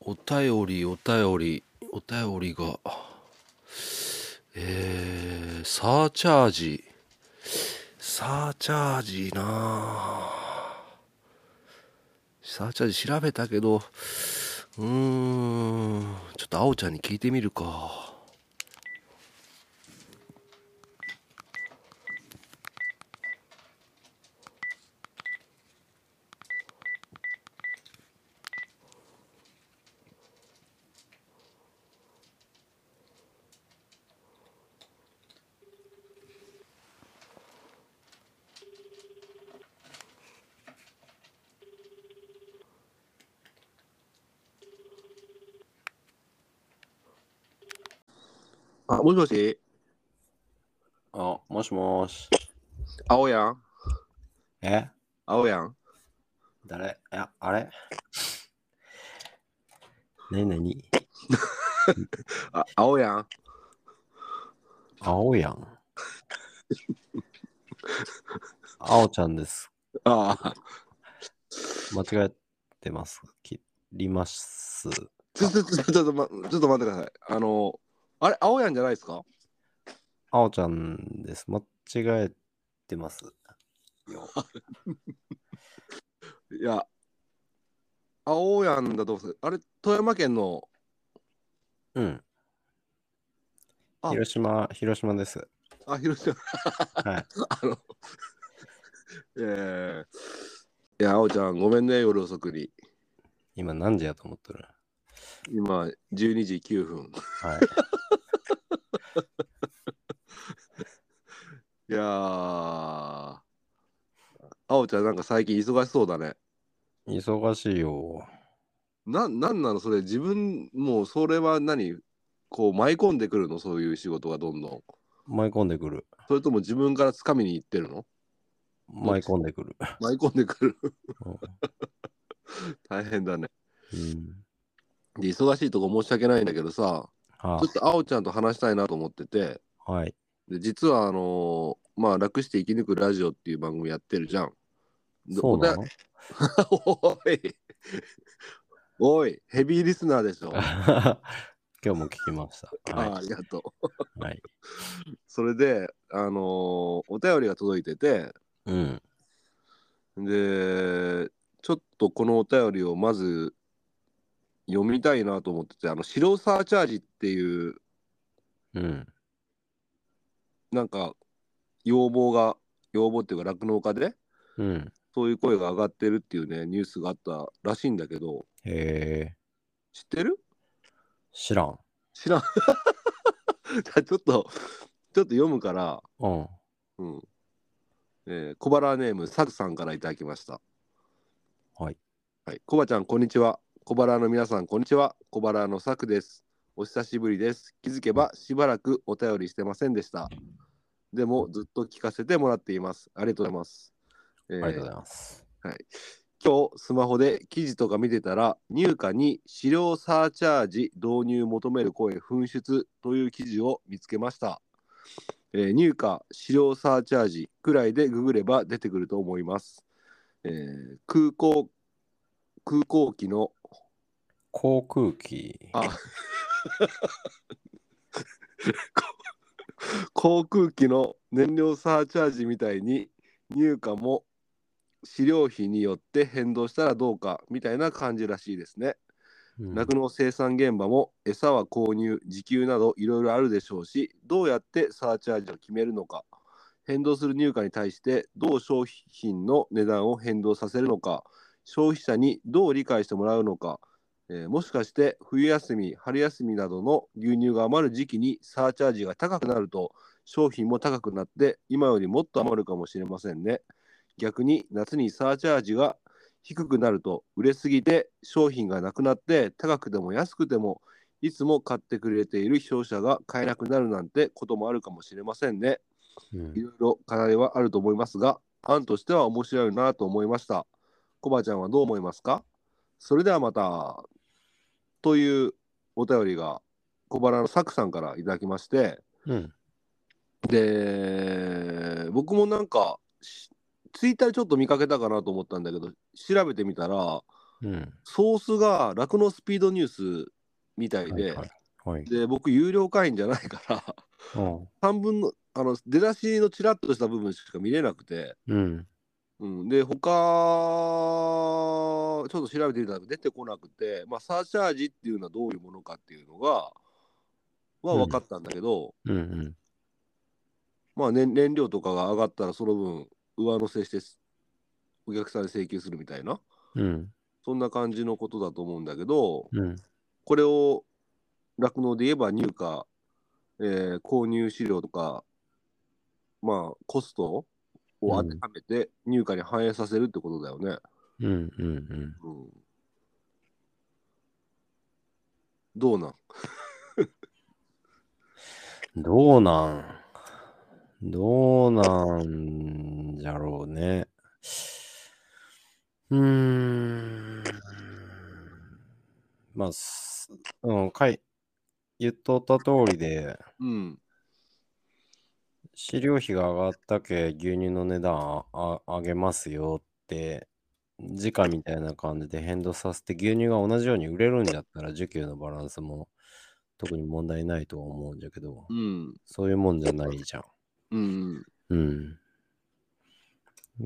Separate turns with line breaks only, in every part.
お便り、お便り、お便りが、えー、サーチャージ。サーチャージなあサーチャージ調べたけど、うーん、ちょっとあおちゃんに聞いてみるか。
あ、もしもし、
あ、もしもし。
青やん、
え
青やん。
誰ああれなになに
あ、青やん。
青 やん。青ちゃんです。
ああ、
間違ってます。切ります。
ちょちょちょちょっと、ま、ちょっと待ってください。あの、あれ、青やんじゃないですか
青ちゃんです。間違えてます。
いや、青やんだと思うんですけどあれ、富山県の、
うん。
あ
広島、広島です。
あ、広島、
はい。
あの、えー、いや、青ちゃん、ごめんね、夜遅くに。
今何時やと思ってる
今、12時9分。
はい。
いやー、青ちゃん、なんか最近忙しそうだね。
忙しいよ。
な、なんなのそれ自分もうそれは何こう舞い込んでくるのそういう仕事がどんどん
舞い込んでくる。
それとも自分から掴みに行ってるの
舞い込んでくる。
舞い込んでくる
うん
大変だね
うん。
で忙しいとこ申し訳ないんだけどさ
は
ちょっとあおちゃんと話したいなと思ってて
はい。
で実はあのーまあ楽して生き抜くラジオっていう番組やってるじゃんで
そうな
お
の
便 おいおいヘビーリスナーで しょ
今日も聞きました。
あー
は
ありがとう
い。はい、
それであのーお便りが届いてて
うん。
でちょっとこのお便りをまず読みたいなと思っててあの白サーチャージっていう
うん。
なんか要望が要望っていうか酪農家で
うん。
そういう声が上がってるっていうねニュースがあったらしいんだけど
へえ。
知ってる
知らん。
知らん じゃあちょっとちょっと読むから、
うん。
うんえー小腹ネームサクさんからいただきました
はい。
はい、コバちゃん、こんにちは。コバラの皆さん、こんにちは。コバラのサクです。お久しぶりです。気づけばしばらくお便りしてませんでした。でも、ずっと聞かせてもらっています。ありがとうございます。え
ありがとうご
ー
ざいます。
今日、スマホで記事とか見てたら、入荷に飼料サーチャージ導入求める声紛失という記事を見つけました。えー入荷、飼料サーチャージくらいでググれば出てくると思います。えー空港、空港機の
航空機。
あ航空機の燃料サーチャージみたいに入荷も飼料費によって変動したらどうかみたいな感じらしいですね。
うん
酪農生産現場も餌は購入、時給などいろいろあるでしょうし、どうやってサーチャージを決めるのか、変動する入荷に対してどう商品の値段を変動させるのか、消費者にどう理解してもらうのか、えーもしかして冬休み、春休みなどの牛乳が余る時期にサーチャージが高くなると、商品も高くなって今よりもっと余るかもしれませんね。逆に夏にサーチャージが低くなると売れすぎて商品がなくなって高くても安くてもいつも買ってくれている消費者が買えなくなるなんてこともあるかもしれませんね。
うん
いろいろ課題はあると思いますが、案としては面白いなと思いました。コバちゃんはどう思いますかそれではまた。というお便りが小腹のサクさんからいただきまして、
うん。
で、僕もなんか、しツイッターでちょっと見かけたかなと思ったんだけど、調べてみたら、
うん。
ソースが酪農スピードニュースみたいで、
はいはい。はい。
で僕有料会員じゃないから
うん
半分のあの出だしのちらっとした部分しか見れなくて、
うん。
うん、で他ちょっと調べてみたら出てこなくて、まあ、サーチャージっていうのはどういうものかっていうのがは分かったんだけど、
うんうん。
まあ燃燃料とかが上がったらその分上乗せしてお客さんに請求するみたいな
うん。
そんな感じのことだと思うんだけど
うん。
これを酪農で言えば入荷、えー購入資料とか、まあ、コストを当てはめて入荷に反映させるってことだよね。
うん。うん。
うん、どうなん
うん。どうなんどうなんじゃろうね。うーん。まあ、すうん、かい、言っとった通りで、
うん。
飼料費が上がったけ牛乳の値段あ上げますよって時価みたいな感じで変動させて牛乳が同じように売れるんだったら需給のバランスも特に問題ないとは思うんだけど
うん。
そういうもんじゃないじゃん。
うん。
うん。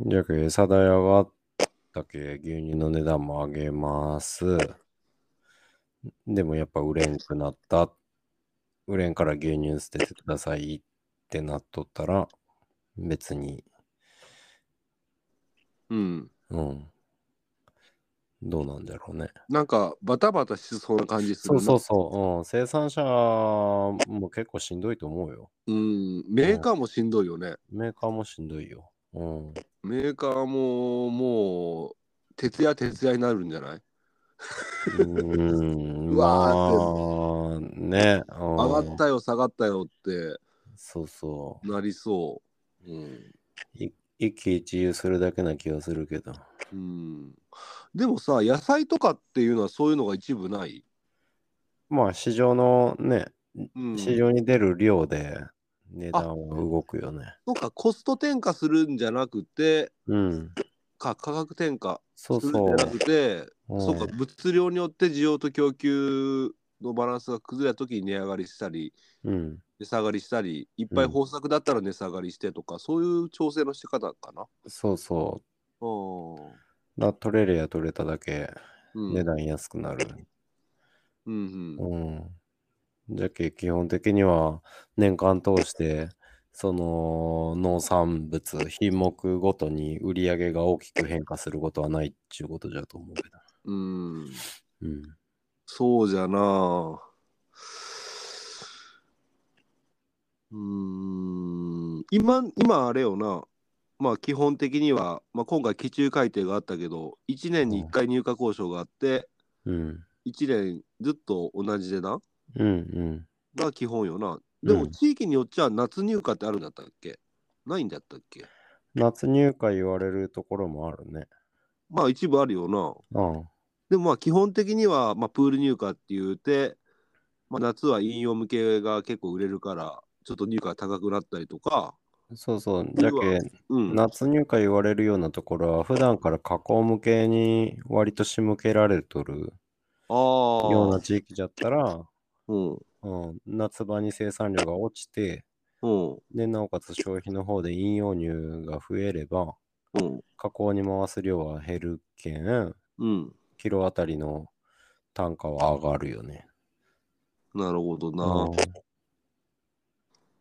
じゃけ餌代上がったけ牛乳の値段も上げます。でもやっぱ売れんくなった。売れんから牛乳捨ててくださいってなっとったら別に、
うん。
うん。どうなんだろうね。
なんかバタバタしそうな感じする
そ
な
うそうそう。うん、生産者も結構しんどいと思うよ。
うん。メーカーもしんどいよね。
メーカーもしんどいよ。うん。
メーカーももう徹夜徹夜になるんじゃないう
ーん、
う
まあ、ね。
上
上
がったよ下がったよって
そうそ
なりそう。うん
う。い一喜一憂するだけな気がするけど。
うんでもさ野菜とかっていうのはそういうのが一部ない、
まあ、市場のね、
うん、
市場に出る量で値段は動くよね。
とかコスト転嫁するんじゃなくて
うん。
か価格転嫁
そう
するんじゃ
そ
な。
う
くて
うん
そうか物量によって需要と供給のバランスが崩れた時に値上がりしたり
うん。
値下がりしたりいっぱい
うん
豊作だったら値下がりしてとか、そういう調整の仕方かな。
そうそ
うん
う。な取れるや取れただけ
うん
値段安くなる。
うんうん
うん。じゃけ基本的には年間通してその農産物品目ごとに売り上げが大きく変化することはないっちゅうことじゃと思うけど。
うん
うん。
そうじゃなあうーん今今あれよなまあ基本的には、まあ、今回基中改定があったけど1年に1回入荷交渉があって
うん。
1年ずっと同じ値段
うんうん。
が基本よなでも
うん
地域によっちゃ夏入荷ってあるんだったっけないんだったっけ
夏入荷言われるところもあるね。
まあ一部あるよな
うん。
でもまあ基本的には、まあ、プール入荷って言うて、まあ、夏は飲用向けが結構売れるからちょっと入荷が高くなったりとか、
そうそう。じゃけ
うん、
夏入荷言われるようなところは普段から加工向けに割と仕向けられとる
あ
よう
ー
な地域じゃったら、
うん
うん、夏場に生産量が落ちて、
うん
で、なおかつ消費の方で飲用乳が増えれば、
うん
加工に回す量は減るけん、
うん
キロあたりの単価は上がるよね。
なるほどな、
うん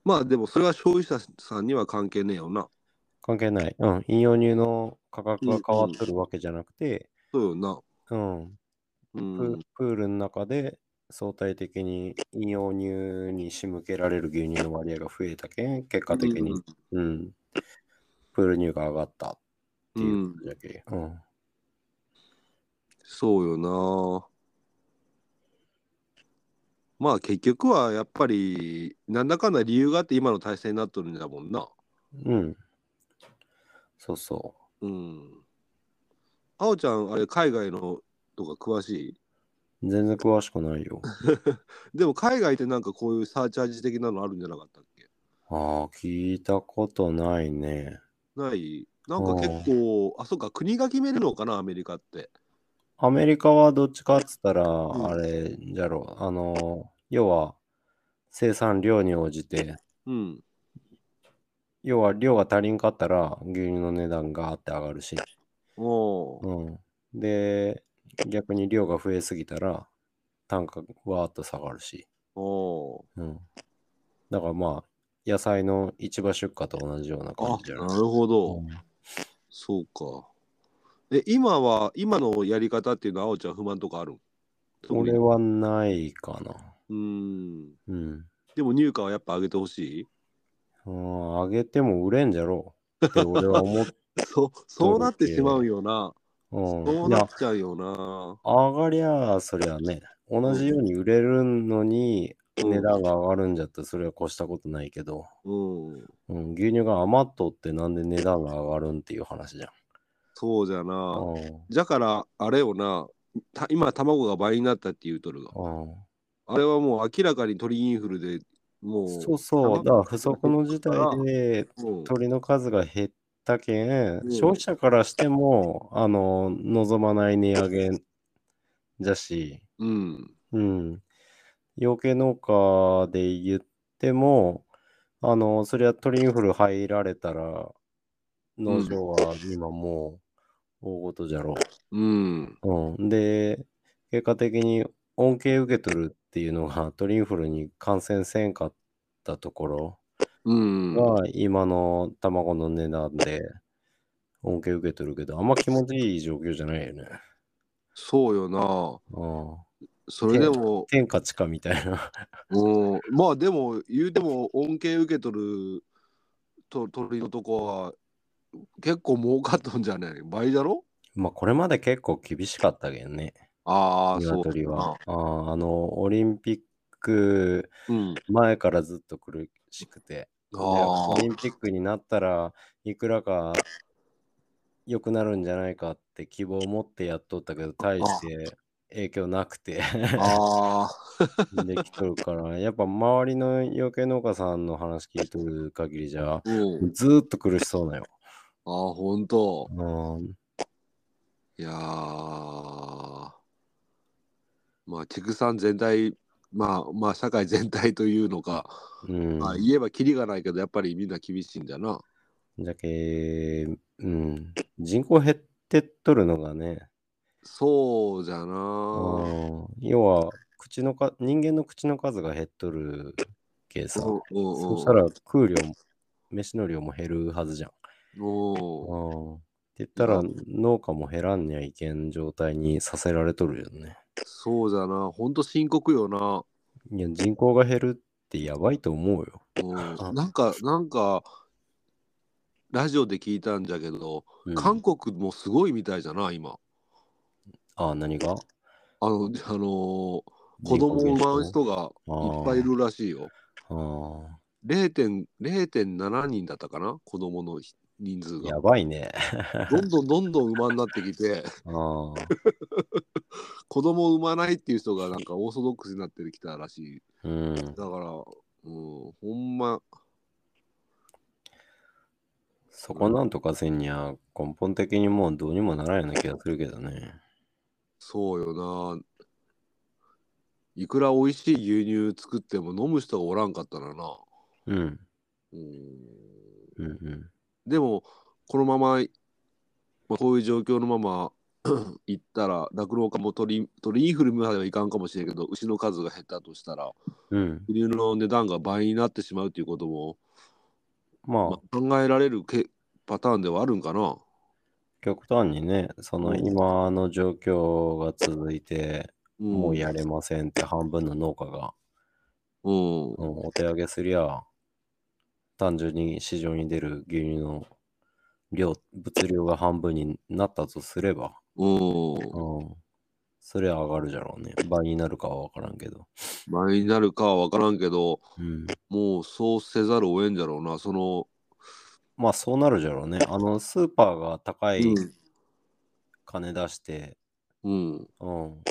まあでもそれは消費者さんには関係ねえよな
関係ない。うん。飲用乳の価格が変わっとるわけじゃなくて、
そうよな
うん。
う
プ
ん
プールの中で相対的に飲用乳に仕向けられる牛乳の割合が増えたけん、結果的に、うん、プール乳が上がったって
う
いうんことじゃけ。うん。
そうよなまあ結局はやっぱりなんだかんだ理由があって今の体制になっとるんだもんな
うん。そうそう。
うん。あおちゃん、あれ、海外のとか詳しい
全然詳しくないよ。
でも、海外ってなんかこういうサーチャージ的なのあるんじゃなかったっけ
ああ、聞いたことないね。
ないなんか結構、あ、そっか、国が決めるのかな、アメリカって。
アメリカはどっちかっつったら、
ん
あれじゃろ、あの、要は生産量に応じて、
うん。
要は量が足りんかったら牛乳の値段がーって上がるし、
おー
うん、で、逆に量が増えすぎたら単価わーっと下がるし、
お
うん、だからまあ、野菜の市場出荷と同じような
ー
感
あ
じじゃ、ない
なるほど。そうか。え、今は、今のやり方っていうのは、あおちゃん不満とかあるん
俺はないかな。
うーん。
うん。
でも入荷はやっぱ上げてほしい
うん、あげても売れんじゃろうって俺 は思っ
そそうなってしまうよな。
う
そ
ん、
う
い
な
や
っ、ちゃうよな。
上がりゃ、そりゃね、同じように売れるのに
うん
値段が上がるんじゃったらそれは越したことないけど、
うん。
うん、牛乳が余っとってなんで値段が上がるんっていう話じゃん。
そうじゃな。
うん
じゃから、あれよな。た今、卵が倍になったって言うとるが。
うん
あれはもう明らかに鳥インフルでもう。
そうそう、だから不足の事態で
うん
鳥の数が減ったけん、
うん
消費者からしても、あの、望まない値上げじゃし、
うん。
うん。養鶏農家で言っても、あの、そりゃ鳥インフル入られたら、農場は今もう大事じゃろ
うん。
う。うん。で、結果的に恩恵受け取るっていうのが鳥インフルに感染せんかったところ
うん。
が今の卵の値段で恩恵受け取るけど、あんま気持ちいい状況じゃないよね。
そうよな。
うん。
それでも。
天下地下みたいな。
うん、まあでも言うても恩恵受け取ると鳥のとこは結構儲かっとんじゃねえ倍だろ
まあこれまで結構厳しかったけどね。
ああそう
鶏は。あーあの、オリンピック
うん
前からずっと苦しくて、で
あ
オリンピックになったらいくらか良くなるんじゃないかって希望を持ってやっとったけど、大して影響なくて
あ あ
できとるから、やっぱ周りの養鶏農家さんの話聞いとる限りじゃ、
あうん
ずーっと苦しそうなよ。
ああほんと
うん
いやーまあ畜産全体まあまあ社会全体というのか、
うん
まあ言えばキリがないけどやっぱりみんな厳しいんだな
だけ、うん、人口減ってっとるのがね、
そうじゃな
うん要は口のか人間の口の数が減っとるけさ、
うんうんうん
そしたら食う量も飯の量も減るはずじゃん。
うん
うんって言ったら農家も減らんにゃいけん状態にさせられとるよね。
そうじゃな、ほんと深刻よな。
いや人口が減るってやばいと思うよ。
うん、なんか、なんか、ラジオで聞いたんじゃけど、
うん
韓国もすごいみたいじゃな、今。
あ何が
あの、あのー子供を産む人がいっぱいいるらしいよ。
あー
0.0 0.7人だったかな、子供のひ人数が
や。ばいね。
どんどんどんどん馬になってきて、
あー
子供を産まないっていう人がなんかオーソドックスになってきたらしい。
うん、
だから、うん、ほんま、
そこなんとかせんにゃ根本的にもうどうにもならんような気がするけどね。
そうよな。いくら美味しい牛乳作っても飲む人がおらんかったらな。
うん。
うん
うんうん。
でも、このまま、まあ、こういう状況のまま 行ったら、酪農家も鳥鳥インフルまではいかんかもしれんけど、牛の数が減ったとしたら、
うん。
牛乳の値段が倍になってしまうということも、
ま
まあ
あ、
考えられるけパターンではあるんかな。
極端にね、その
うん
今の状況が続いて、
うん、
もうやれませんって半分の農家が、
うん。
うんお手上げすりゃ、単純に市場に出る牛乳の量、物量が半分になったとすれば、
うん。
うん。それは上がるじゃろうね。倍になるかはわからんけど。
倍になるかは分からんけど、
うん。
もうそうせざるを得んじゃろうな。その、
まあ、そうなるじゃろうね。あの、スーパーが高い
うん
金出して、
うん、
うん。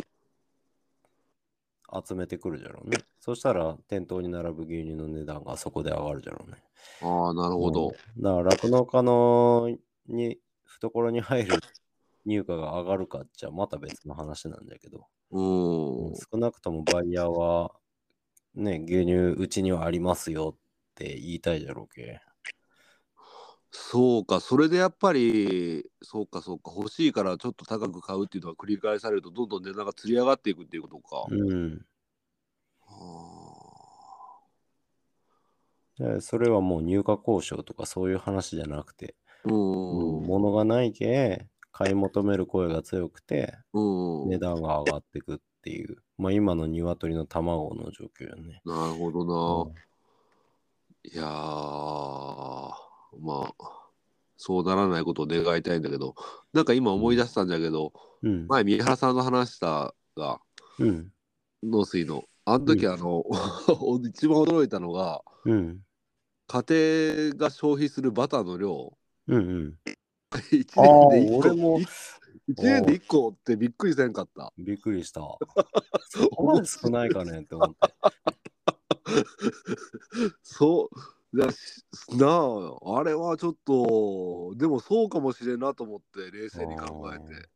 集めてくるじゃろうね。そしたら、店頭に並ぶ牛乳の値段がそこで上がるじゃろうね。
ああなるほど。
うんだから、酪農家のに、懐に入る入荷が上がるかっちゃまた別の話なんだけど、
うん。
少なくともバイヤーは、ね、牛乳うちにはありますよって言いたいじゃろうけ。
そうか、それでやっぱり、そうか、そうか、欲しいからちょっと高く買うっていうのは繰り返されると、どんどん値段がつり上がっていくっていうことか。
うん。
あ
でそれはもう入荷交渉とかそういう話じゃなくて、
ーうん。うん。
物がないけ、買い求める声が強くて、値段が上がってくっていう、まあ今の鶏の卵の状況よね。
なるほどな。
うん
いやー、まあ、そうならないことを願いたいんだけど、なんか今思い出したんだけど、
うん。
前、三原さんの話したが、
うん。
農水の。あの時、
うん
あの、 一番驚いたのが、
うん。
家庭が消費するバターの量、
うんうん。
1
ああ
年で1個、
俺も
1年で1個ってびっくりせんかった。
びっくり した。そこまで少ないかねって思って。
そう、だしなあ、あれはちょっと、でもそうかもしれんなと思って、冷静に考えて。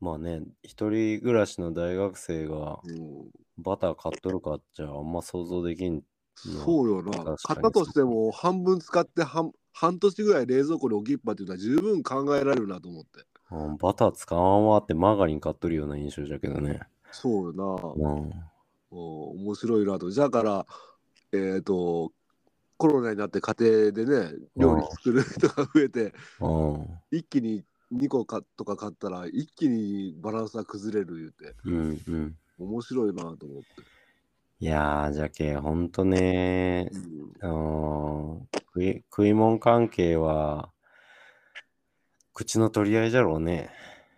まあね、一人暮らしの大学生が
うん
バター買っとるかっちゃあんま想像できん。
そうよな
確か。に
買ったとしても半分使って半半年ぐらい冷蔵庫に置きっぱっていうのは十分考えられるなと思って。
うんバター使わんわってマーガリン買っとるような印象じゃけどね。
そうよな。
うん。
うん、面白いなと。じゃあから、えっ、と、コロナになって家庭でね、料理作る人が増えて、
うん。
一気に2個かとか買ったら、一気にバランスが崩れる言うて、
うんうん。
面白いなと思って。
いやー、じゃけ、ほんとね
う、ん
あのー食い、食い物関係は、口の取り合いじゃろうね。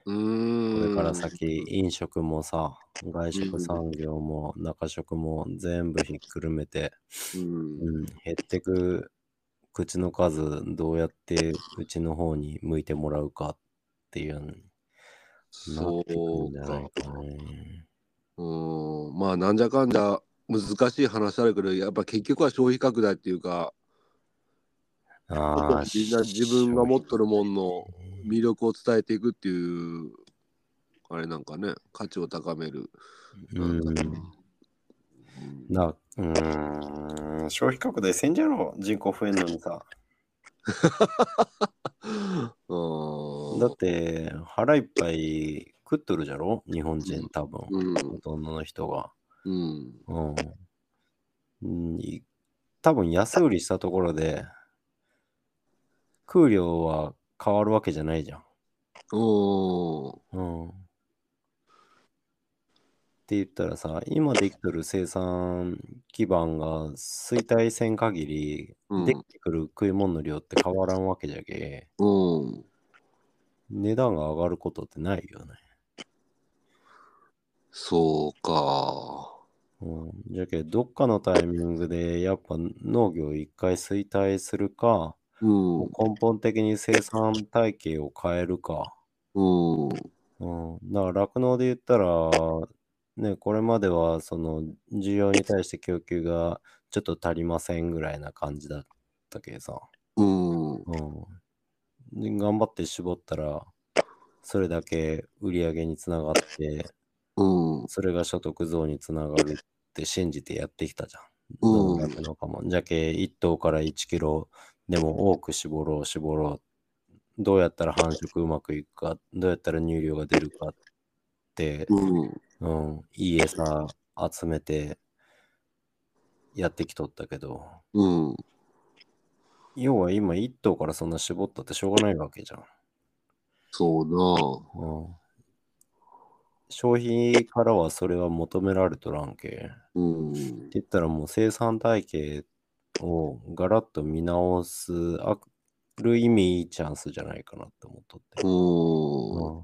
う
こ
ーん。
れから先、飲食もさ、外食産業も中食も全部ひっくるめて、
うん。
うん、減ってく口の数、どうやってうちの方に向いてもらうかっていうのにな
そ
ってくるん
う
じゃ
か
な。いかね。
うーんまあなんじゃかんじゃ難しい話あるけどやっぱ結局は消費拡大っていうか
ああ、
みんな自分が持っとるもんの魅力を伝えていくっていうあれなんかね価値を高める、
うん。
うん
な、うーん、消費拡大せんじゃろ、人口増えんのにさ。
うーん
だって、腹いっぱい食っとるじゃろ、日本人多分、
うん
ほとんどの人が。
うん
うん。うんい多分安売りしたところで、空量は変わるわけじゃないじゃん。
うん
うん。って言ったらさ、今できてる生産基盤が衰退せん限り、
うん
できてくる食い物の量って変わらんわけじゃけ、
うん
値段が上がることってないよね。
そうか
うん、じゃけどっかのタイミングでやっぱ農業一回衰退するか、
うん
もう根本的に生産体系を変えるか。
うん
うん、だから酪農で言ったら、ね、これまではその需要に対して供給がちょっと足りませんぐらいな感じだったけさ、
うん
うん、で頑張って絞ったらそれだけ売り上げにつながって
うん
それが所得増につながるって信じてやってきたじゃん。
うん
どの酪農家もじゃけ1頭から1キロでも多く絞ろう絞ろうどうやったら繁殖うまくいくかどうやったら乳量が出るかって、
うん
うん、いい餌集めてやってきとったけど
うん
要は今1頭からそんな絞ったってしょうがないわけじゃん。
そうな
うん、消費からはそれは求められとらんけ。
うん
って言ったらもう生産体系をガラッと見直すある意味いいチャンスじゃないかなって思っとって。
うん
うん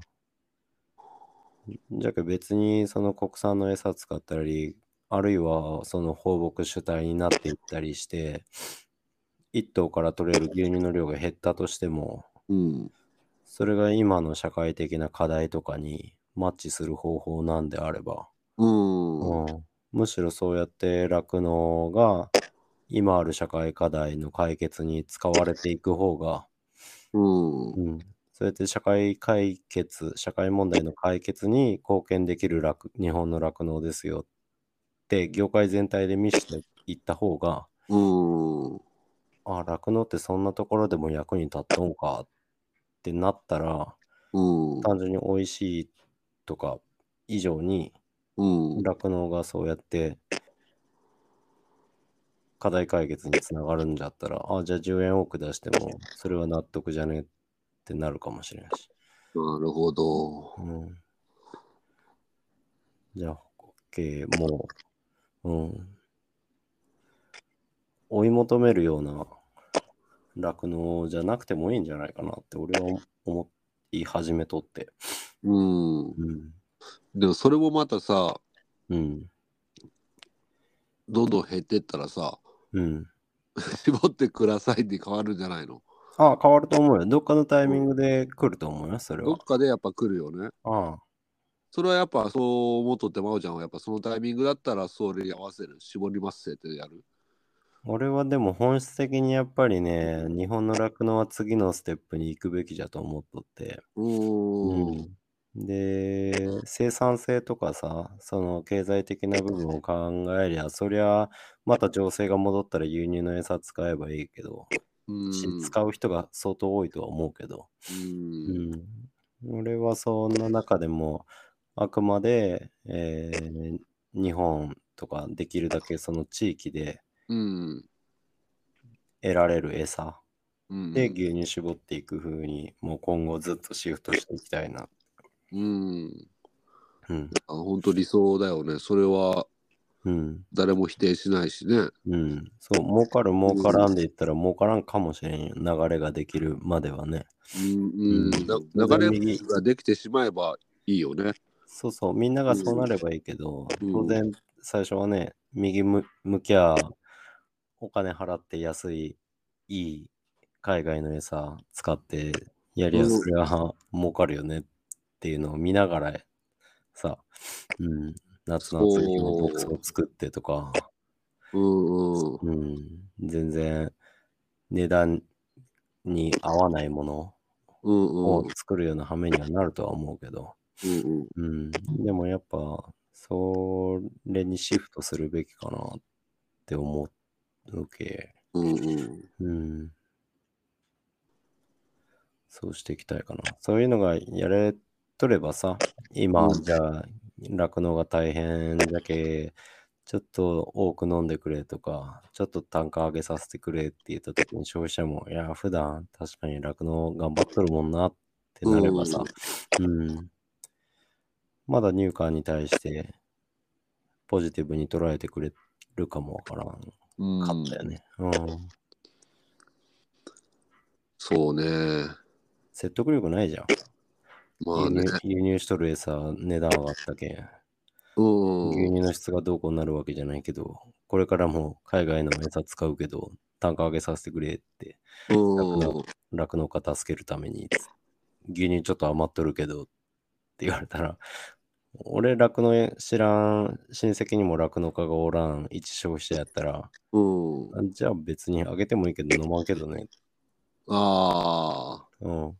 じゃけ別にその国産の餌使ったり、あるいはその放牧主体になっていったりして、一頭から取れる牛乳の量が減ったとしても、
うん
それが今の社会的な課題とかにマッチする方法なんであれば、
うん
うんむしろそうやって酪農が今ある社会課題の解決に使われていく方が、
うん
うんそうやって社会解決、社会問題の解決に貢献できる酪日本の酪農ですよって、業界全体で見せていった方が、
うーん。
あ、酪農ってそんなところでも役に立っとんかってなったら、
うん。
単純に美味しいとか以上に、
うん。
酪農がそうやって課題解決につながるんじゃったら、あ、じゃあ10円多く出しても、それは納得じゃねえってなるかもしれんし。
なるほど。
うん、じゃあ、ホッケーも、うん、追い求めるような酪農じゃなくてもいいんじゃないかなって俺は思い始めとって。
うん。
うん。
でもそれもまたさ、
うん。
どんどん減ってったらさ、
うん。
絞ってくださいって変わるんじゃないの
あ、変わると思うよ。どっかのタイミングで来ると思うよ、それ
どっ
は。
かでやっぱ来るよね。
ああ
それはやっぱそう思っとって、まおちゃんはやっぱそのタイミングだったら、それに合わせる、絞りますせってやる。
俺はでも本質的にやっぱりね、日本の酪農は次のステップに行くべきじゃと思っとって。
うーん。
で、生産性とかさ、その経済的な部分を考えりゃ、そりゃ、また情勢が戻ったら輸入の餌使えばいいけど、
うん。
し使う人が相当多いとは思うけど、
うん。
うん、俺はそんな中でも、あくまで、えー日本とかできるだけその地域で
うん。
得られる餌
うん。
で牛乳絞っていく風に、もう今後ずっとシフトしていきたいな。
うん。
うん。
あ本当理想だよね。それは
うん
誰も否定しないしね。
うん、そう、儲かる儲からんで言ったら儲からんかもしれんよ。流れができるまではね。
うん。うん、な流れができてしまえばいいよね。
そうそう、みんながそうなればいいけど、
うん
当然、最初はね、右む向きゃ、お金払って安い、いい海外の餌使ってやりやすい、は儲かるよねっていうのを見ながらさ、うん、夏の暑い日にボックスを作ってとか、
うんうん。
うん、全然値段に合わないもの
うんうん。
を作るような羽目にはなるとは思うけど、
うんうん。
うん、でもやっぱそれにシフトするべきかなって思うけ、
うんうん。
うん、そうしていきたいかなそういうのがやれとればさ
う
今
ん
じゃあ酪農が大変だけちょっと多く飲んでくれとか、ちょっと単価上げさせてくれって言った時に消費者も、いや、普段確かに酪農頑張っとるもんなってなればさ、うん。まだ入管に対してポジティブに捉えてくれるかもわからんか
うん
ったよね。うん。
そうね。
説得力ないじゃん。
まあね
輸。入輸入しとる餌値段上がったけん。
うん。
牛乳の質がどうこうなるわけじゃないけど、これからも海外の餌使うけど、単価上げさせてくれって、
うん。
酪農家助けるために、牛乳ちょっと余っとるけどって言われたら、俺酪農知らん、親戚にも酪農家がおらん、一消費者やったら、
うん。
あじゃあ別にあげてもいいけど飲まんけどね。
ああ。
うん。う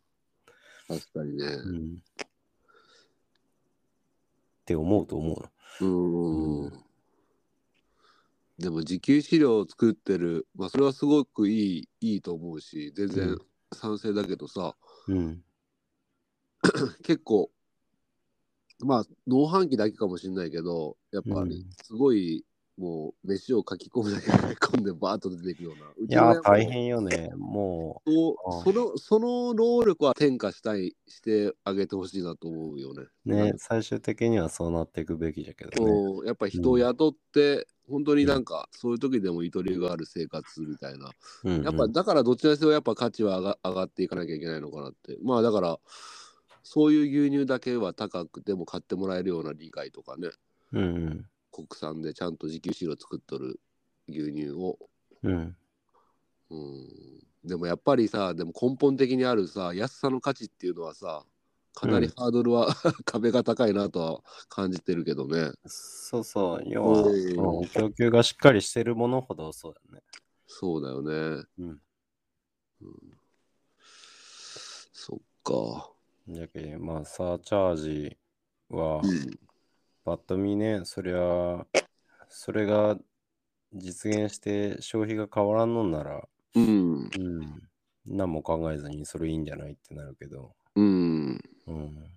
確かにね。
ん、って思うと思うの。
うん。
う
でも自給飼料を作ってる、まあ、それはすごくいいいいと思うし全
う
然
ん
賛成だけどさ、
うん。
結構まあ農飯器だけかもしれないけどやっぱ
う
り
ん
すごい、もう飯をかき込むだけ書き込んでバーッと出てくるようないう
やー、
ちの
大
親も
変よね。も
そうそのその労力は転嫁したいしてあげてほしいなと思うよね。
う、ね、最終的にはそうなっていくべきじゃけどね。
そうやっぱ人を雇って、本当になんかそういう時でもゆとりがある生活みたいな、
うんうん
やっぱだからどっちらにせよやっぱ価値は上が上がっていかなきゃいけないのかなってまあだからそういう牛乳だけは高くても買ってもらえるような理解とかね
うん
国産でちゃんと自給飼料作っとる牛乳を
うんうん
うんでもやっぱりさでも根本的にあるさ安さの価値っていうのはさかなりハードルは、 壁が高いなとは感じてるけどね
そうそう、要は、
うん
うん供給がしっかりしてるものほどそうだね。
そうだよね
うん
そっか。
じゃけ、まあ、サーチャージは、
うん。
パッと見ね、そりゃ、それが実現して消費が変わらんのんなら、
うん。
うん、何も考えずにそれいいんじゃないってなるけど、
うん。
うん。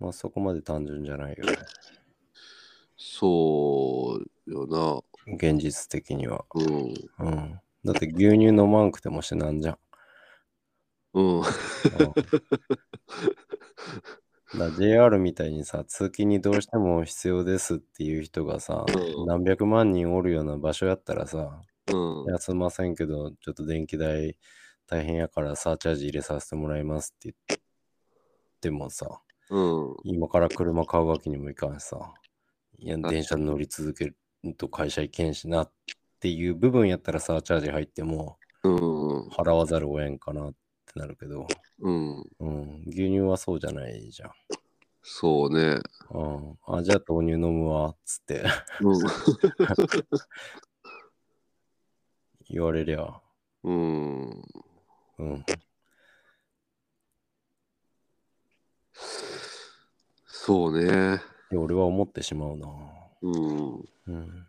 まあ、そこまで単純じゃないよね。
そうよな。
現実的には。
うん。
うん。だって牛乳飲まんくても死なんじゃん。
うん。
うんだ JR みたいにさ、通勤にどうしても必要ですっていう人がさ、
うん
何百万人おるような場所やったらさ、
うん
い。やすいませんけど、ちょっと電気代大変やからサーチャージ入れさせてもらいますって言ってもさ、
うん。
今から車買うわけにもいかんしさ、いや、
かに
電車乗り続けると会社行けんしなっていう部分やったらサーチャージ入っても
うん。
払わざるをえんかなってなるけど、
うん。
うん、牛乳はそうじゃないじゃん。
そうね。
うん、あ、じゃあ豆乳飲むわ、っつって 言われりゃ、
うん。うん。
うん、
そうね。
で俺は思ってしまうな。
うん。
うん。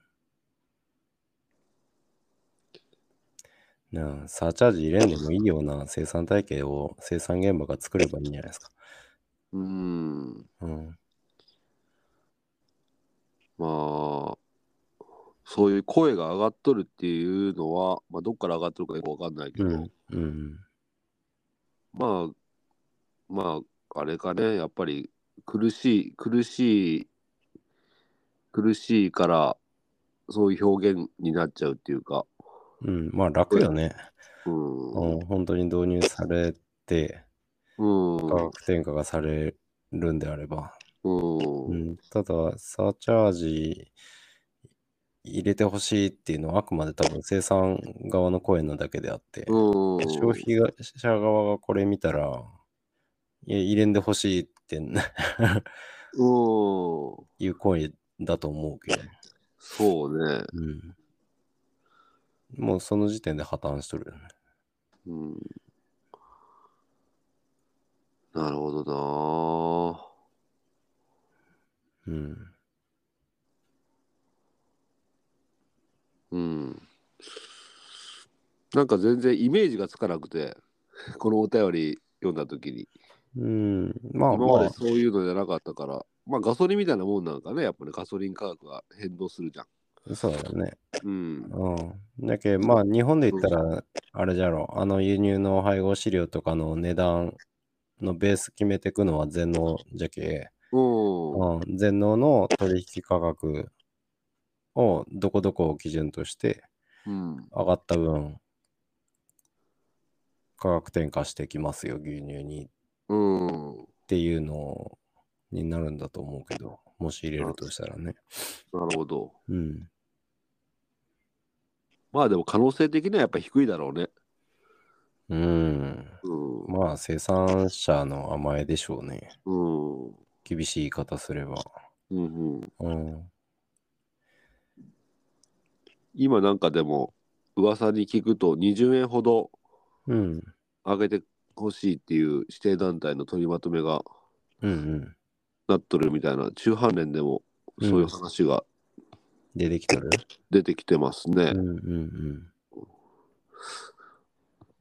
なあ、サーチャージ入れんでもいいような生産体系を生産現場が作ればいいんじゃないですか。
うん。
うん。
まあ、そういう声が上がっとるっていうのは、まあ、どっから上がっとるかよくわかんないけ
う
ど、
ん。うん。
まあ、まあ、あれかね、やっぱり苦しい、苦しい、苦しいから、そういう表現になっちゃうっていうか、
うん、まあ楽よね。
うん、
うん、本当に導入されて、
うん、
価格転嫁がされるんであれば、
う、
うんん、ただ、サーチャージ入れてほしいっていうのはあくまで多分生産側の声なだけであって、
うん、
消費が者側がこれ見たら、いや入れんでほしいって
うん、
いう声だと思うけど、
そうね、
うん、もうその時点で破綻しとるよね。
うん、なるほどな
うん
うん。なんか全然イメージがつかなくて、このお便り読んだ時に。
うん、まあ
今
ま
まで
あ、
そういうのじゃなかったから、まあガソリンみたいなもんなんかね、やっぱりガソリン価格が変動するじゃん。
そうだよね。
うん。
うん。だけどまあ、日本で言ったら、あれじゃろ、あの輸入の配合資料とかの値段のベース決めていくのは全農じゃけ、
うん。
うん、全農の取引価格をどこどこを基準として
うん。
上がった分、価格転嫁してきますよ、牛乳に
うん。
っていうのになるんだと思うけど、もし入れるとしたらね。
なるほど。
うん。
まあでも可能性的にはやっぱ低いだろうね。
うん。
う
まあ、生産者の甘えでしょうね。
ん。うん。
厳しい言い方すれば。
うんうん。
うん。
今なんかでも、噂に聞くと20円ほど
うん。
上げてほしいっていう指定団体の取りまとめが
うんうん。
なっとるみたいな中半連でもそういう話が
出てき てる
出てきてますね、
うんうん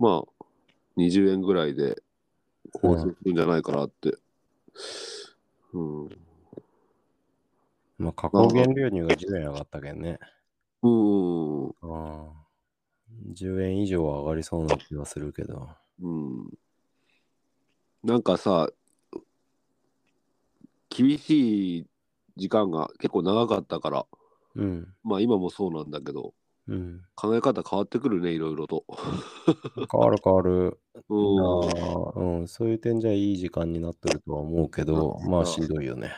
まあ20円ぐらいで構成するんじゃないかなってうん、うん
うん。まあ、加工原料乳が10円上がったけんね。
うんうん
ああ。10円以上は上がりそうな気はするけど。
うん、なんかさ厳しい時間が結構長かったから
うん。
まあ今もそうなんだけど
うん。
考え方変わってくるねいろいろと。
変わる変わる。
うん
なあうん。そういう点じゃいい時間になってるとは思うけど、
うん
まあ、しんどいよね。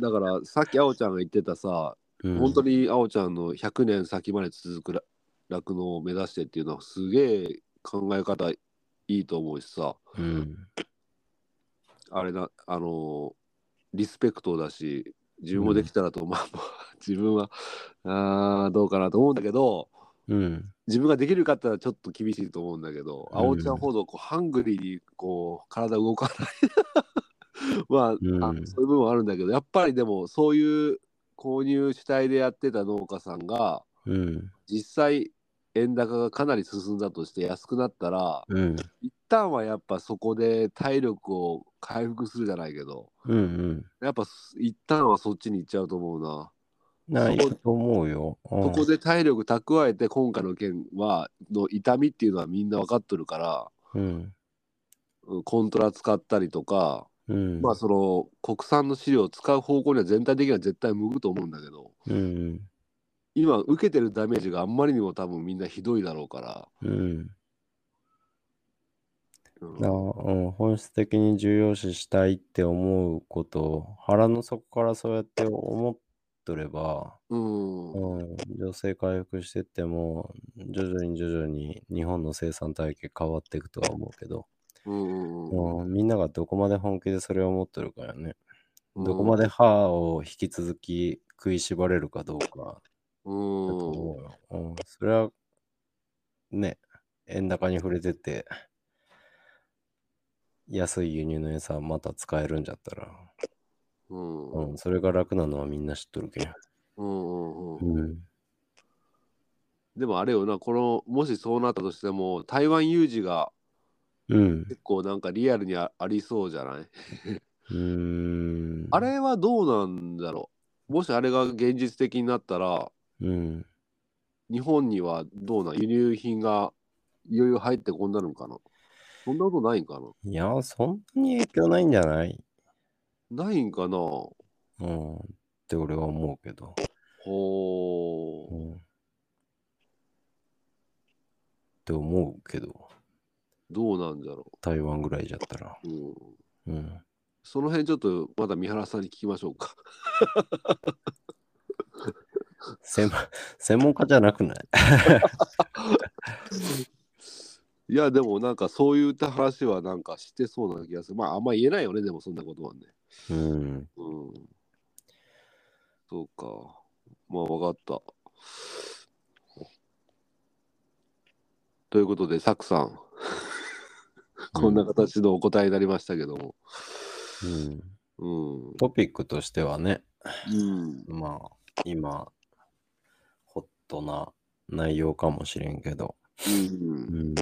だからさっきあおちゃんが言ってたさ
うん、
本当にあおちゃんの100年先まで続くら酪農を目指してっていうのはすげえ考え方いいと思うしさ
うん。
あれなあのーリスペクトだ し自分もできたらと、まあまあ自分はあーどうかなと思うんだけど
うん。
自分ができるかって言ったらちょっと厳しいと思うんだけど、
うん
青木さんほどこうハングリーにこう体動かない まあ,、
ん
あそういう部分はあるんだけどやっぱりでもそういう購入主体でやってた農家さんが
うん。
実際円高がかなり進んだとして安くなったら
うん。
一旦はやっぱそこで体力を回復するじゃないけど
うん。うん。
やっぱ一旦はそっちに行っちゃうと思うな、
ない
そこ
と思うよ。うん
そこで体力蓄えて今回の件はの痛みっていうのはみんな分かっとるから
うん。
うんコントラ使ったりとか、
うん。
まあその国産の飼料を使う方向には全体的には絶対向くと思うんだけど
うん。
今受けてるダメージがあんまりにも多分みんなひどいだろうから、
うん。
うん
なうん、本質的に重要視したいって思うこと、腹の底からそうやって思っとれば、
うん
うん、情勢回復してっても、徐々に徐々に日本の生産体系変わっていくとは思うけど、
うんうん
うん、みんながどこまで本気でそれを思ってるかよね。
うん
どこまで歯を引き続き食いしばれるかどうか
う
だと
ん
思うよ。うん、それは、ね、円高に触れてて、安い輸入の餌また使えるんじゃったら、
うん
うん、それが楽なのはみんな知っとるけん。
うんうん
うん。
でもあれよなこのもしそうなったとしても台湾有事が
うん。
結構なんかリアルにあありそうじゃない
うん。
あれはどうなんだろうもしあれが現実的になったら
うん。
日本にはどうなん輸入品がいよいよ入ってこんなるんかなそんなことないんか
いや、そんなに影響ないんじゃない
なないんかな
うん。って俺は思うけど。
ほ
う
ー
ん。って思うけど、
どうなんだろ
台湾ぐらいじゃったら。
う、うん、
うん。
その辺ちょっとまだ三原さんに聞きましょうか
専門 専門家じゃなくない
いやでもなんかそういった話はなんかしてそうな気がするまああんま言えないよねでもそんなことはね
うん。
うんそうかまあわかったということでサクさんこんな形のお答えになりましたけども。
うん。
うん。
トピックとしてはね、
うん。
まあ、今、ホットな内容かもしれんけど、
うん。
うん。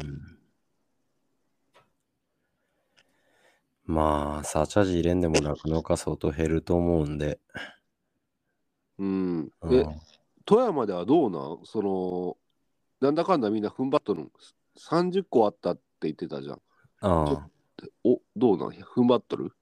まあ、サーチャージ入れんでも酪農家相当減ると思うんで、
うん、
う
え
ん、
富山ではどうなんその、なんだかんだみんな踏ん張っとるん。30個あったって言ってたじゃん。
ああ
お、どうなん踏ん張っとる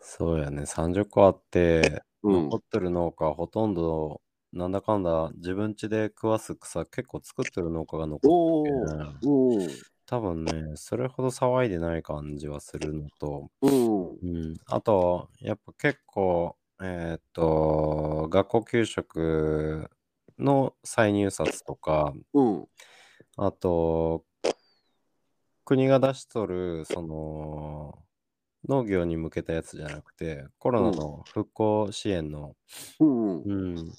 そうやね、30個あって、
うん
残。ってる農家、ほとんど、なんだかんだ、自分家で食わす草、結構作ってる農家が残ってるけどね、
おー
多分ね、それほど騒いでない感じはするのと、
うん。
うん、あと、やっぱ結構、えーっと、学校給食の再入札とか、
うん。
あと、国が出しとる、その、農業に向けたやつじゃなくて、コロナの復興支援の、
うん。うん。
うん、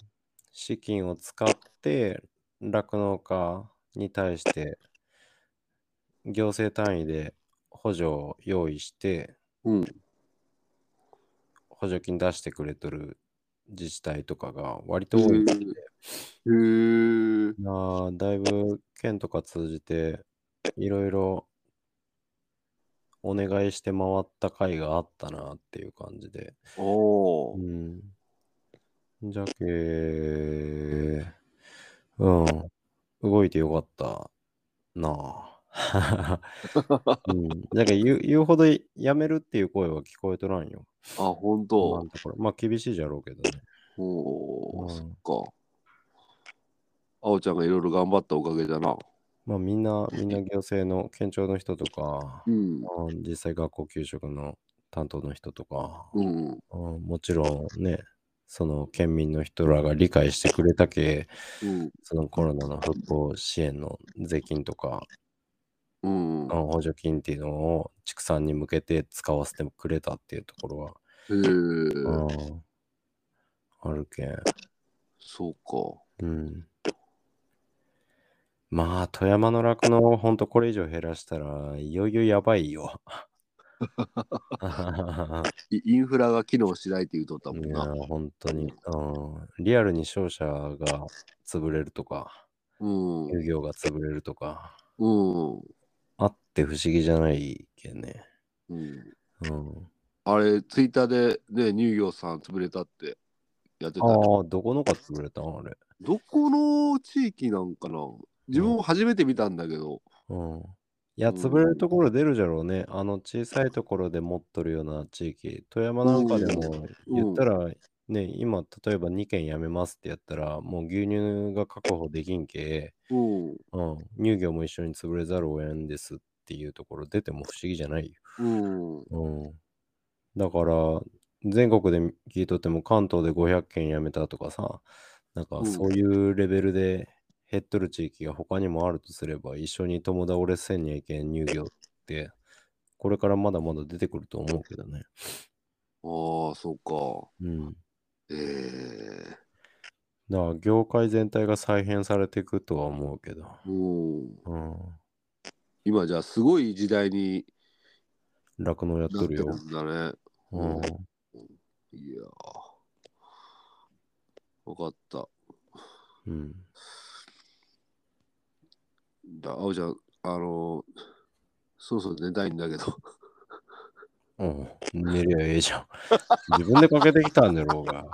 資金を使って酪農家に対して行政単位で補助を用意して
うん。
補助金出してくれとる自治体とかが割と多いので、
へー
まあだいぶ県とか通じていろいろお願いして回った回があったなっていう感じで。
お
う
ー
ん。じゃけー、うん。動いてよかったなあ。うん、じゃけ言う言うほどやめるっていう声は聞こえとらんよ。
あ、ほん
今
と
の。ところまあ厳しいじゃろうけどね。
お
うん
ーそっか。あおちゃんがいろいろ頑張ったおかげだな。
まあみんな、みんな行政の県庁の人とか、
うん。
うん実際学校給食の担当の人とか、
うん。
うんもちろんね、その県民の人らが理解してくれたけ、
うん。
そのコロナの復興支援の税金とか、
うん。
うん補助金っていうのを畜産に向けて使わせてくれたっていうところは、
へー
うんあるけん。
そうか。
うん。まあ、富山の酪農、ほんとこれ以上減らしたら、いよいよやばいよ。
いインフラが機能しないって言うとったもん
い
な
や、本当に、うん。リアルに商社が潰れるとか、
うん
漁業が潰れるとか、
うん、
あって不思議じゃないけんね。
うん、
うん、
あれツイッターでね乳業さん潰れたってやってた
ああ、どこのか潰れたんあれ。
どこの地域なんかな自分も初めて見たんだけど、
うん。いや、
うん
潰れるところ出るじゃろうね。あの小さいところで持っとるような地域、富山なんかでも
うん
言ったら、ね、今、例えば2軒やめますってやったら、もう牛乳が確保できんけ、
うん
うん、乳業も一緒に潰れざるを得んですっていうところ出ても不思議じゃないよ。
うん
うん。だから、全国で聞いとっても関東で500件辞めたとかさ、なんか
うん
そういうレベルで減っとる地域が他にもあるとすれば、一緒に友倒れせんにゃいけん乳業って、これからまだまだ出てくると思うけどね。
ああそうか
うん。
ええ
だから業界全体が再編されていくとは思うけど。
うん
うん。
今じゃあすごい時代に
酪農やっ
な
と
って
る
る
よ。
んだね
う
る
ん
よ。いや分かった
うん。
だ青ちゃんあのそろそろ寝たいんだけど
うん。寝りゃええじゃん。自分でかけてきたんだろうが。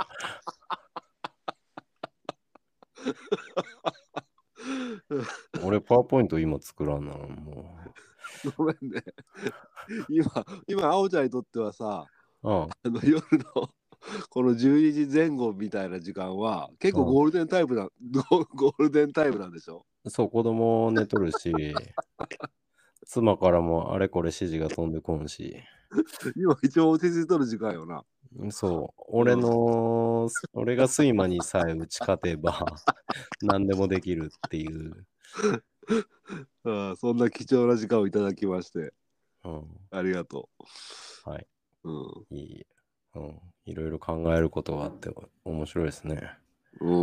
俺、パワーポイント今作らんな、も
ごめんね今今青ちゃんにとってはさ
う。あ
あの 夜のこの12時前後みたいな時間は結構 ゴールデンタイムな、ゴゴールデンタイムなんでしょ
あ、そう、子供寝とるし、妻からもあれこれ指示が飛んでこんし、
今一番落ち着いとる時間よな。
そう、俺の、俺が睡魔にさえ打ち勝てば、何でもできるっていう。
うんそんな貴重な時間をいただきまして
うん、
ありがとう。
はい。
うん。
いい。うん、いろいろ考えることがあって面白いですね。
うん、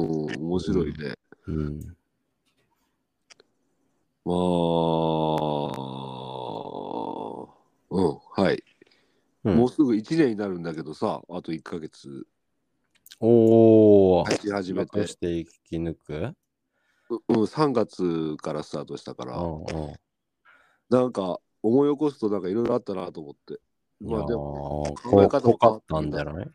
面白いね。
うん。
まあ、うん、はい。
うん
もうすぐ1年になるんだけどさ、あと1ヶ月
おー、
配信始めて
楽、して生き抜く
ううん、3月からスタートしたか
う
ら、
んうん。
なんか思い起こすとなんかいろいろあったなと思って。
いや
まあ
ー、
でも、
こ
考え方も
濃かったんじゃない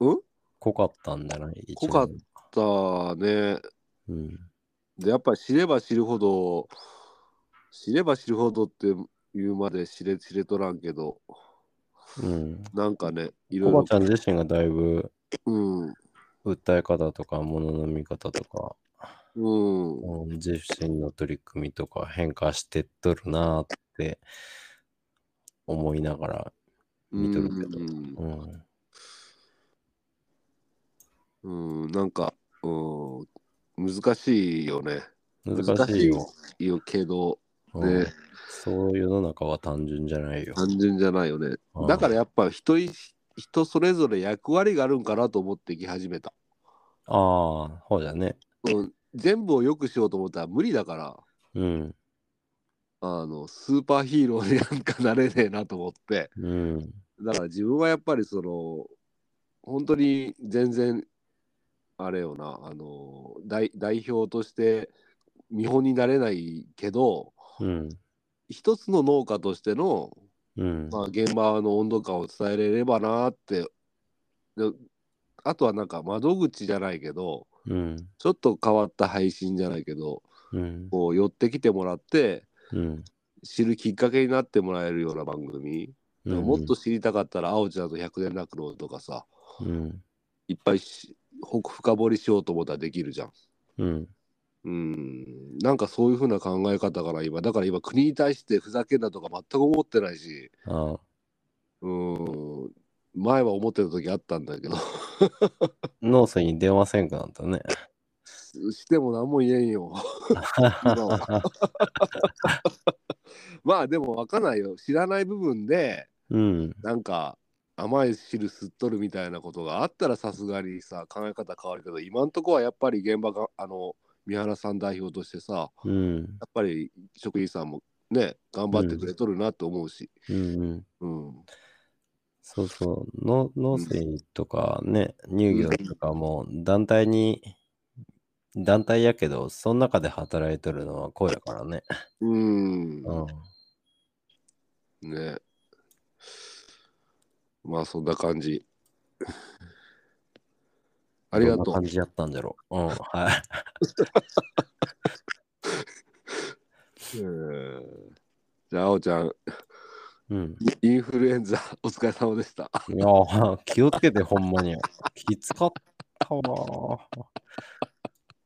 うん
濃かったんじゃない
濃かっ
一年
だね。
うん。
で、やっぱり知れば知るほど、知れば知るほどって言うまで知れ知れとらんけど、
うん。
なんかね、いろ
コ
いろ
バちゃん自身がだいぶ
うん、
訴え方とか、物の見方とか、
うん、
うん自身の取り組みとか変化してっとるなーって思いながら、見とるけど
うん
うん。
うん、なんか、うん、難しいよね。
難しいよ。
いよけど、
うん
ね、
そう世の中は単純じゃないよ。
単純じゃないよね。
うん
だからやっぱ人い人それぞれ役割があるんかなと思ってき始めた。
ああ、そうだね。
うん、全部を良くしようと思ったら無理だから、
うん。
あの、スーパーヒーローになんかなれねえなと思って。
うん。
だから自分はやっぱりその本当に全然あれよなあの代代表として見本になれないけど
うん。
一つの農家としての、
うん。
まあ、現場の温度感を伝えれればなってであとはなんか窓口じゃないけど
うん。
ちょっと変わった配信じゃないけど
うん。
こう寄ってきてもらって
うん。
知るきっかけになってもらえるような番組、もっと知りたかったら「青ちゃんと百年落語」とかさ
うん。
いっぱいしほ深掘りしようと思ったらできるじゃん。
うん。
うんなんかそういうふうな考え方から今だから今国に対してふざけんなとか全く思ってないし
ああ
うん前は思ってた時あったんだけど
ノースに電話せんくなったね。
しても何も言えんよ 今はまあでも分かんないよ知らない部分で
うん。
なんか甘い汁吸っとるみたいなことがあったらさすがにさ考え方変わるけど今んとこはやっぱり現場があの三原さん代表としてさやっ
うん。
ぱり職員さんもね頑張ってくれとるなと思うし、
うんうん。
うん
そうそう。の農水とかね、乳業とかも団体に、団体やけど、その中で働いとるのはこうやからね。
うん
うん。
ねまあそんな感じありが
ど
と
ん
う
な感じやったんじゃろう。うん。はい。
えーじゃああおちゃん
うん。
インフルエンザお疲れ様でした
いやー、気をつけて、ほんまに。きつかったわー。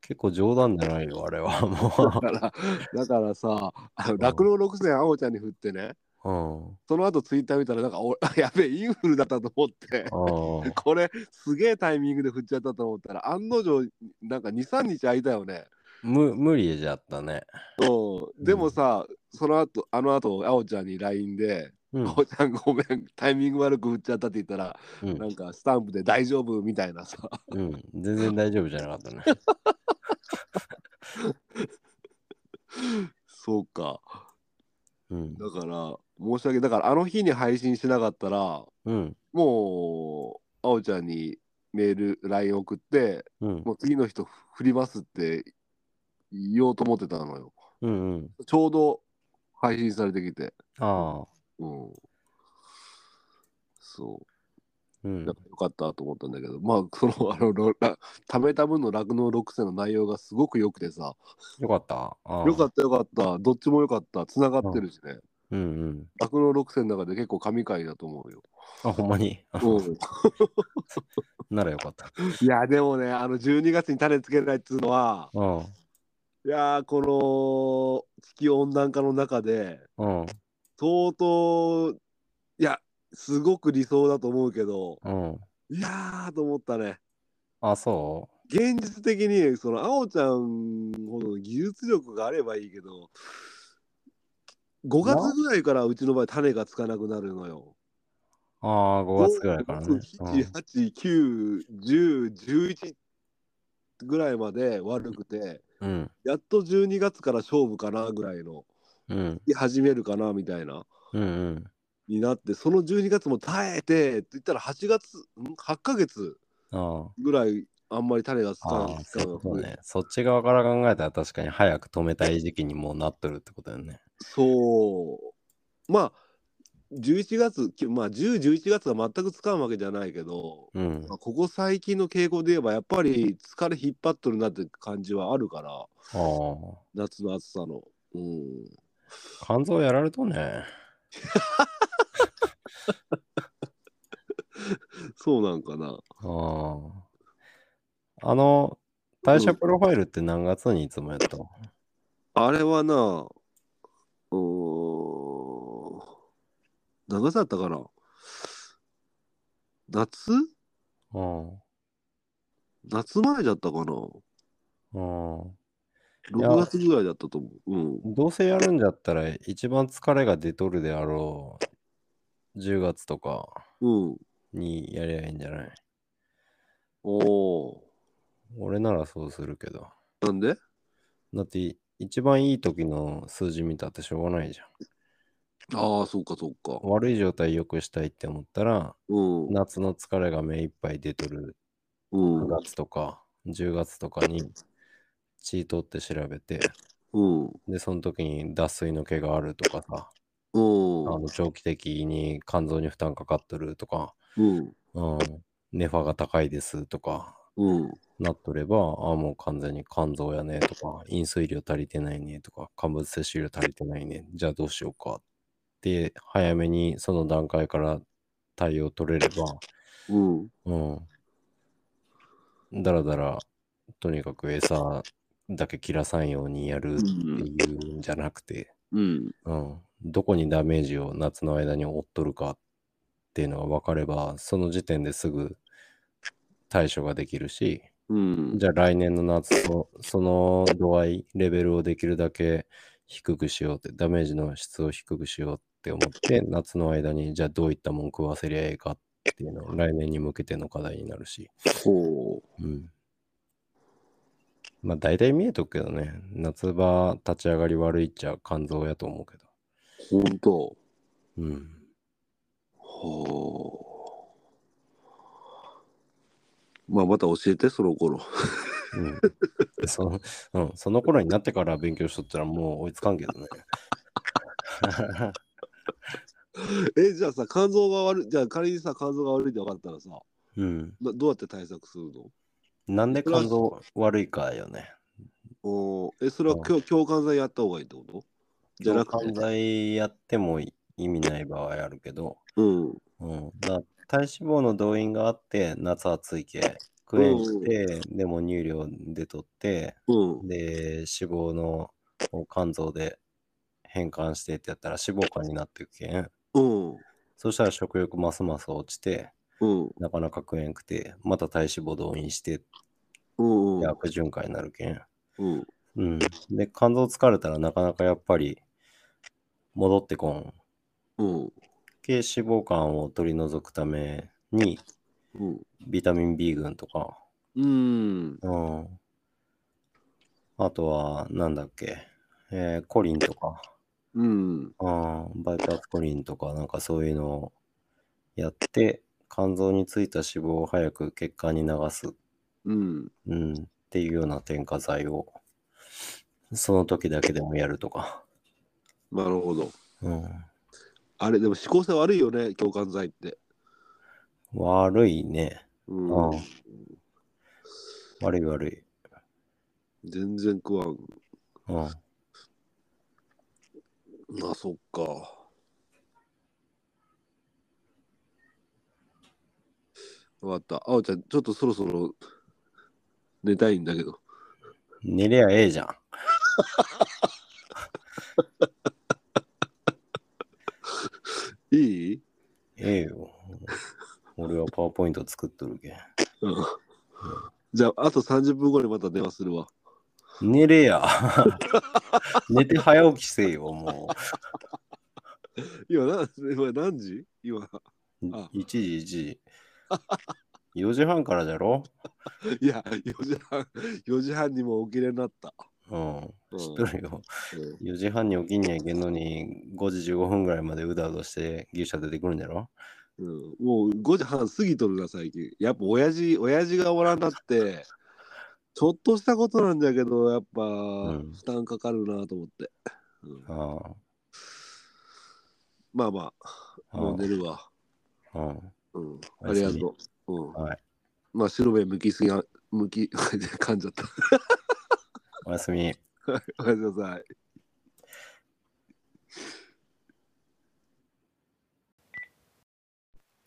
結構冗談じゃないよ、あれは。
だからだからさあの
うん
酪農6年あおちゃんに振ってね
も
その後ツイッター見たらなんか俺 やべえインフルだったと思って
う。うん。ああ。
これすげえタイミングで振っちゃったと思ったら案の定なんか23日空いたよね
む無理じゃったね。
うんでもさ、その後あの後あおちゃんに LINE で
うん。
こうちゃんごめんタイミング悪く振っちゃったって言ったら
うん
なんかスタンプで大丈夫みたいなさ
うん、全然大丈夫じゃなかったね。
そうか
うん。
だから申し訳だからあの日に配信しなかったら
うん。
もうあおちゃんにメール LINE 送って
うん。
もう次の人振りますって言おうと思ってたのよ
うん。うん。
ちょうど配信されてきて
ああ。
うんそううんなん。かよかったと思ったんだけどまあそのあのろ らためた分の酪農6世の内容がすごく良くてさ
よかった。ああ
よかったよかった。どっちもよかった。つながってるしね。
うんうん。
酪農6選の中で結構神回だと思うよ。
あ、ほんまに。あ
う
ならよかった。
ん、いや、でもね、あの12月に種つけないっつうのは、
うん。
いやー、この地球温暖化の中で、
うん。
相当、いや、すごく理想だと思うけど、
うん。
いやーと思ったね。
あ、そ
現実的に、その、あおちゃんほどの技術力があればいいけど、5月ぐらいからうちの場合、種がつかなくなるのよ。
うああ、5月ぐらいからね。
7、8、9、10、11ぐらいまで悪くて、
うん。
やっと12月から勝負かなぐらいの、
うん。
始めるかなみたいな、
うん。うん。
になって、その12月も耐えてって言ったら、8月、ん8ヶ月
あ
ぐらい、あんまり種がつ
あ。あ
かな
あ、
い期間が
そうね。そっち側から考えたら確かに早く止めたい時期にもうなっとるってことだよね。
そう。まあ、11月、きまあ、10、11月が全くつかんわけじゃないけど、
うん
ま。あここ最近の傾向で言えば、やっぱり疲れ引っ張っとるなって感じはあるから。
ああ。
夏の暑さの。うん。
肝臓やられとんね。
そうなんかな。
ああ。あの、代謝プロファイルって何月にいつもやったの
あれはな、うーん。長さだったかな。夏
うん。
夏前だったかな。
うんいや
6月ぐらいだったと思う。うん。
どうせやるんじゃったら一番疲れが出とるであろう10月とか
うん。
にやりゃいいんじゃない
おお
俺ならそうするけど。
ー。なんで
だってい一番いい時の数字見たってしょうがないじゃん。
ああ、そうかそうか。
悪い状態良くしたいって思ったら
うん。
夏の疲れが目いっぱい出とる
うん
9。月とか10月とかにチートって調べて
うん。
でその時に脱水の毛があるとかさあ
うん。
の長期的に肝臓に負担かかっとるとか
うん。
うん、ネファが高いですとか
うん。
なっとれば、ああ、もう完全に肝臓やねとか、飲水量足りてないねとか、乾物摂取量足りてないね、じゃあどうしようかって、早めにその段階から対応取れれば、
うん。
うん、だらだら、とにかく餌だけ切らさんようにやるっていうんじゃなくて、
うん。
うん、どこにダメージを夏の間に負っとるかっていうのが分かればその時点ですぐ対処ができるし
うん。
じゃあ来年の夏のその度合いレベルをできるだけ低くしようってダメージの質を低くしようって思って夏の間にじゃあどういったもん食わせりゃええかっていうのを来年に向けての課題になるし、
ほう。
うん、まあ大体見えとくけどね。夏場立ち上がり悪いっちゃ肝臓やと思うけど。
本当。
うん。
ほう。まあまた教えてその頃。
うん、でそのうん、その頃になってから勉強しとったらもう追いつかんけどね。
えじゃあさ肝臓が悪いじゃあ仮にさ肝臓が悪いって分かったらさ
うん。
などうやって対策するの
なんで肝臓悪いかよね。
おーえそれは
うん
強強姦剤やった方がいいってことじゃなくて
犯。罪やっても意味ない場合あるけど、
うん。
うん、だ体脂肪の動員があって、夏暑いけ、クエンして、でも乳量でとって、
うん。
で、脂肪の肝臓で変換してってやったら脂肪肝になっていくけん。
うん。
そしたら食欲ますます落ちて、
うん。
なかなか食えんくて、また体脂肪動員して、
うん。うん。
悪循環になるけん。
うん。
うん。で、肝臓疲れたらなかなかやっぱり戻ってこん。
うん。
低脂肪肝を取り除くために、
うん。
ビタミン B 群とか、
うん。
うん。あとは、なんだっけ、えーコリンとか、
うん。
うん、バイタコリンとか、なんかそういうのをやって、肝臓についた脂肪を早く血管に流す
うん。
うん、っていうような添加剤を、その時だけでもやるとか。
なるほど。
うん、
あれでも指向性悪いよね強姦剤って。
悪いね。
うん。
ああ悪い悪い。
全然食わん。
うん、
あそっか。わかった。あおちゃん、ちょっとそろそろ寝たいんだけど。
寝りゃええじゃん。
いい
ええよ。俺はパワーポイント作っとるけ
うん。じゃあ、あと30分後にまた電話するわ。
ん。寝れや。 寝て早起きせえよ、も
今な今何時今。
う。
あ
1時、1時。4時半からじゃろ
いや、4時半、4時半にも起きれになった。
うん。
うん
知っとるよ。
うん
4時半に起きんにゃいけんのに、5時15分ぐらいまでうだうだして牛舎出てくるんじゃろ
うんもう5時半過ぎとるな、最近。やっぱ親父、親父がおらんなって、ちょっとしたことなんだけど、やっぱ、
ん
負担かかるなと思って。うん
あ
まあまあ、
あ。
もう寝るわ。
うん。うん。
うん、
お
あ
やす
り
み
がとう。うん、
はい。
まあ、白目向きすぎや、向き、 噛んじゃった。
おやすみ。
おやすみなさい。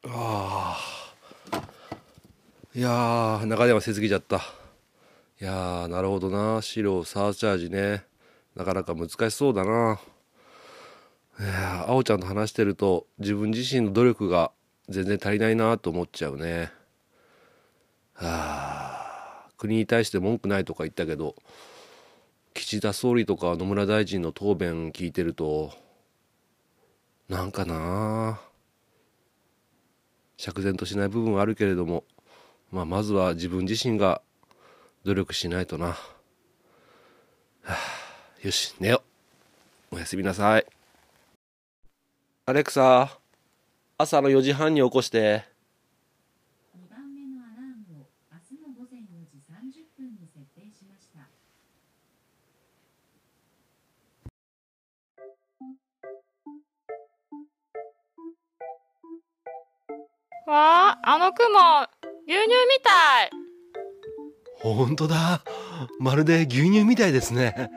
ああいやー中山せすぎちゃったいやーなるほどな白サーチャージねなかなか難しそうだないやーあおちゃんと話してると自分自身の努力が全然足りないなと思っちゃうねあー国に対して文句ないとか言ったけど岸田総理とか野村大臣の答弁聞いてるとなんかなあ釈然としない部分はあるけれども、まあ、まずは自分自身が努力しないとな、はあ、よし寝ようおやすみなさいアレクサ朝の4時半に起こして
2番目のアラームを明日の午前4時30分に設定しました。
わあ、あの雲、牛乳みたい。
本当だまるで牛乳みたいですね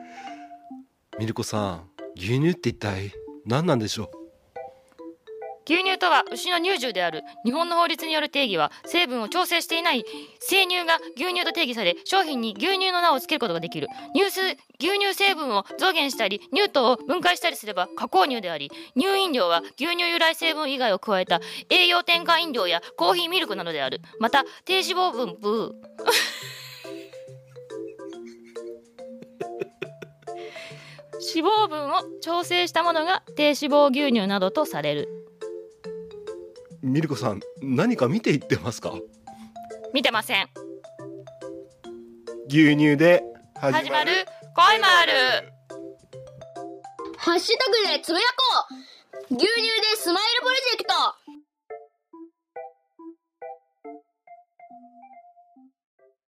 ミルコさん牛乳って一体何なんでしょ
牛乳とは牛の乳汁である。日本の法律による定義は、成分を調整していない生乳が牛乳と定義され、商品に牛乳の名を付けることができる。乳数、牛乳成分を増減したり、乳糖を分解したりすれば加工乳であり、乳飲料は牛乳由来成分以外を加えた栄養添加飲料やコーヒーミルクなどである。また、低脂肪分、ブー。 脂肪分を調整したものが低脂肪牛乳などとされる。
うミルコさん何か見ていってますか
見てません
牛乳で
始まる恋もある
ハッシュタグでつぶやこう牛乳でスマイルプロジェクト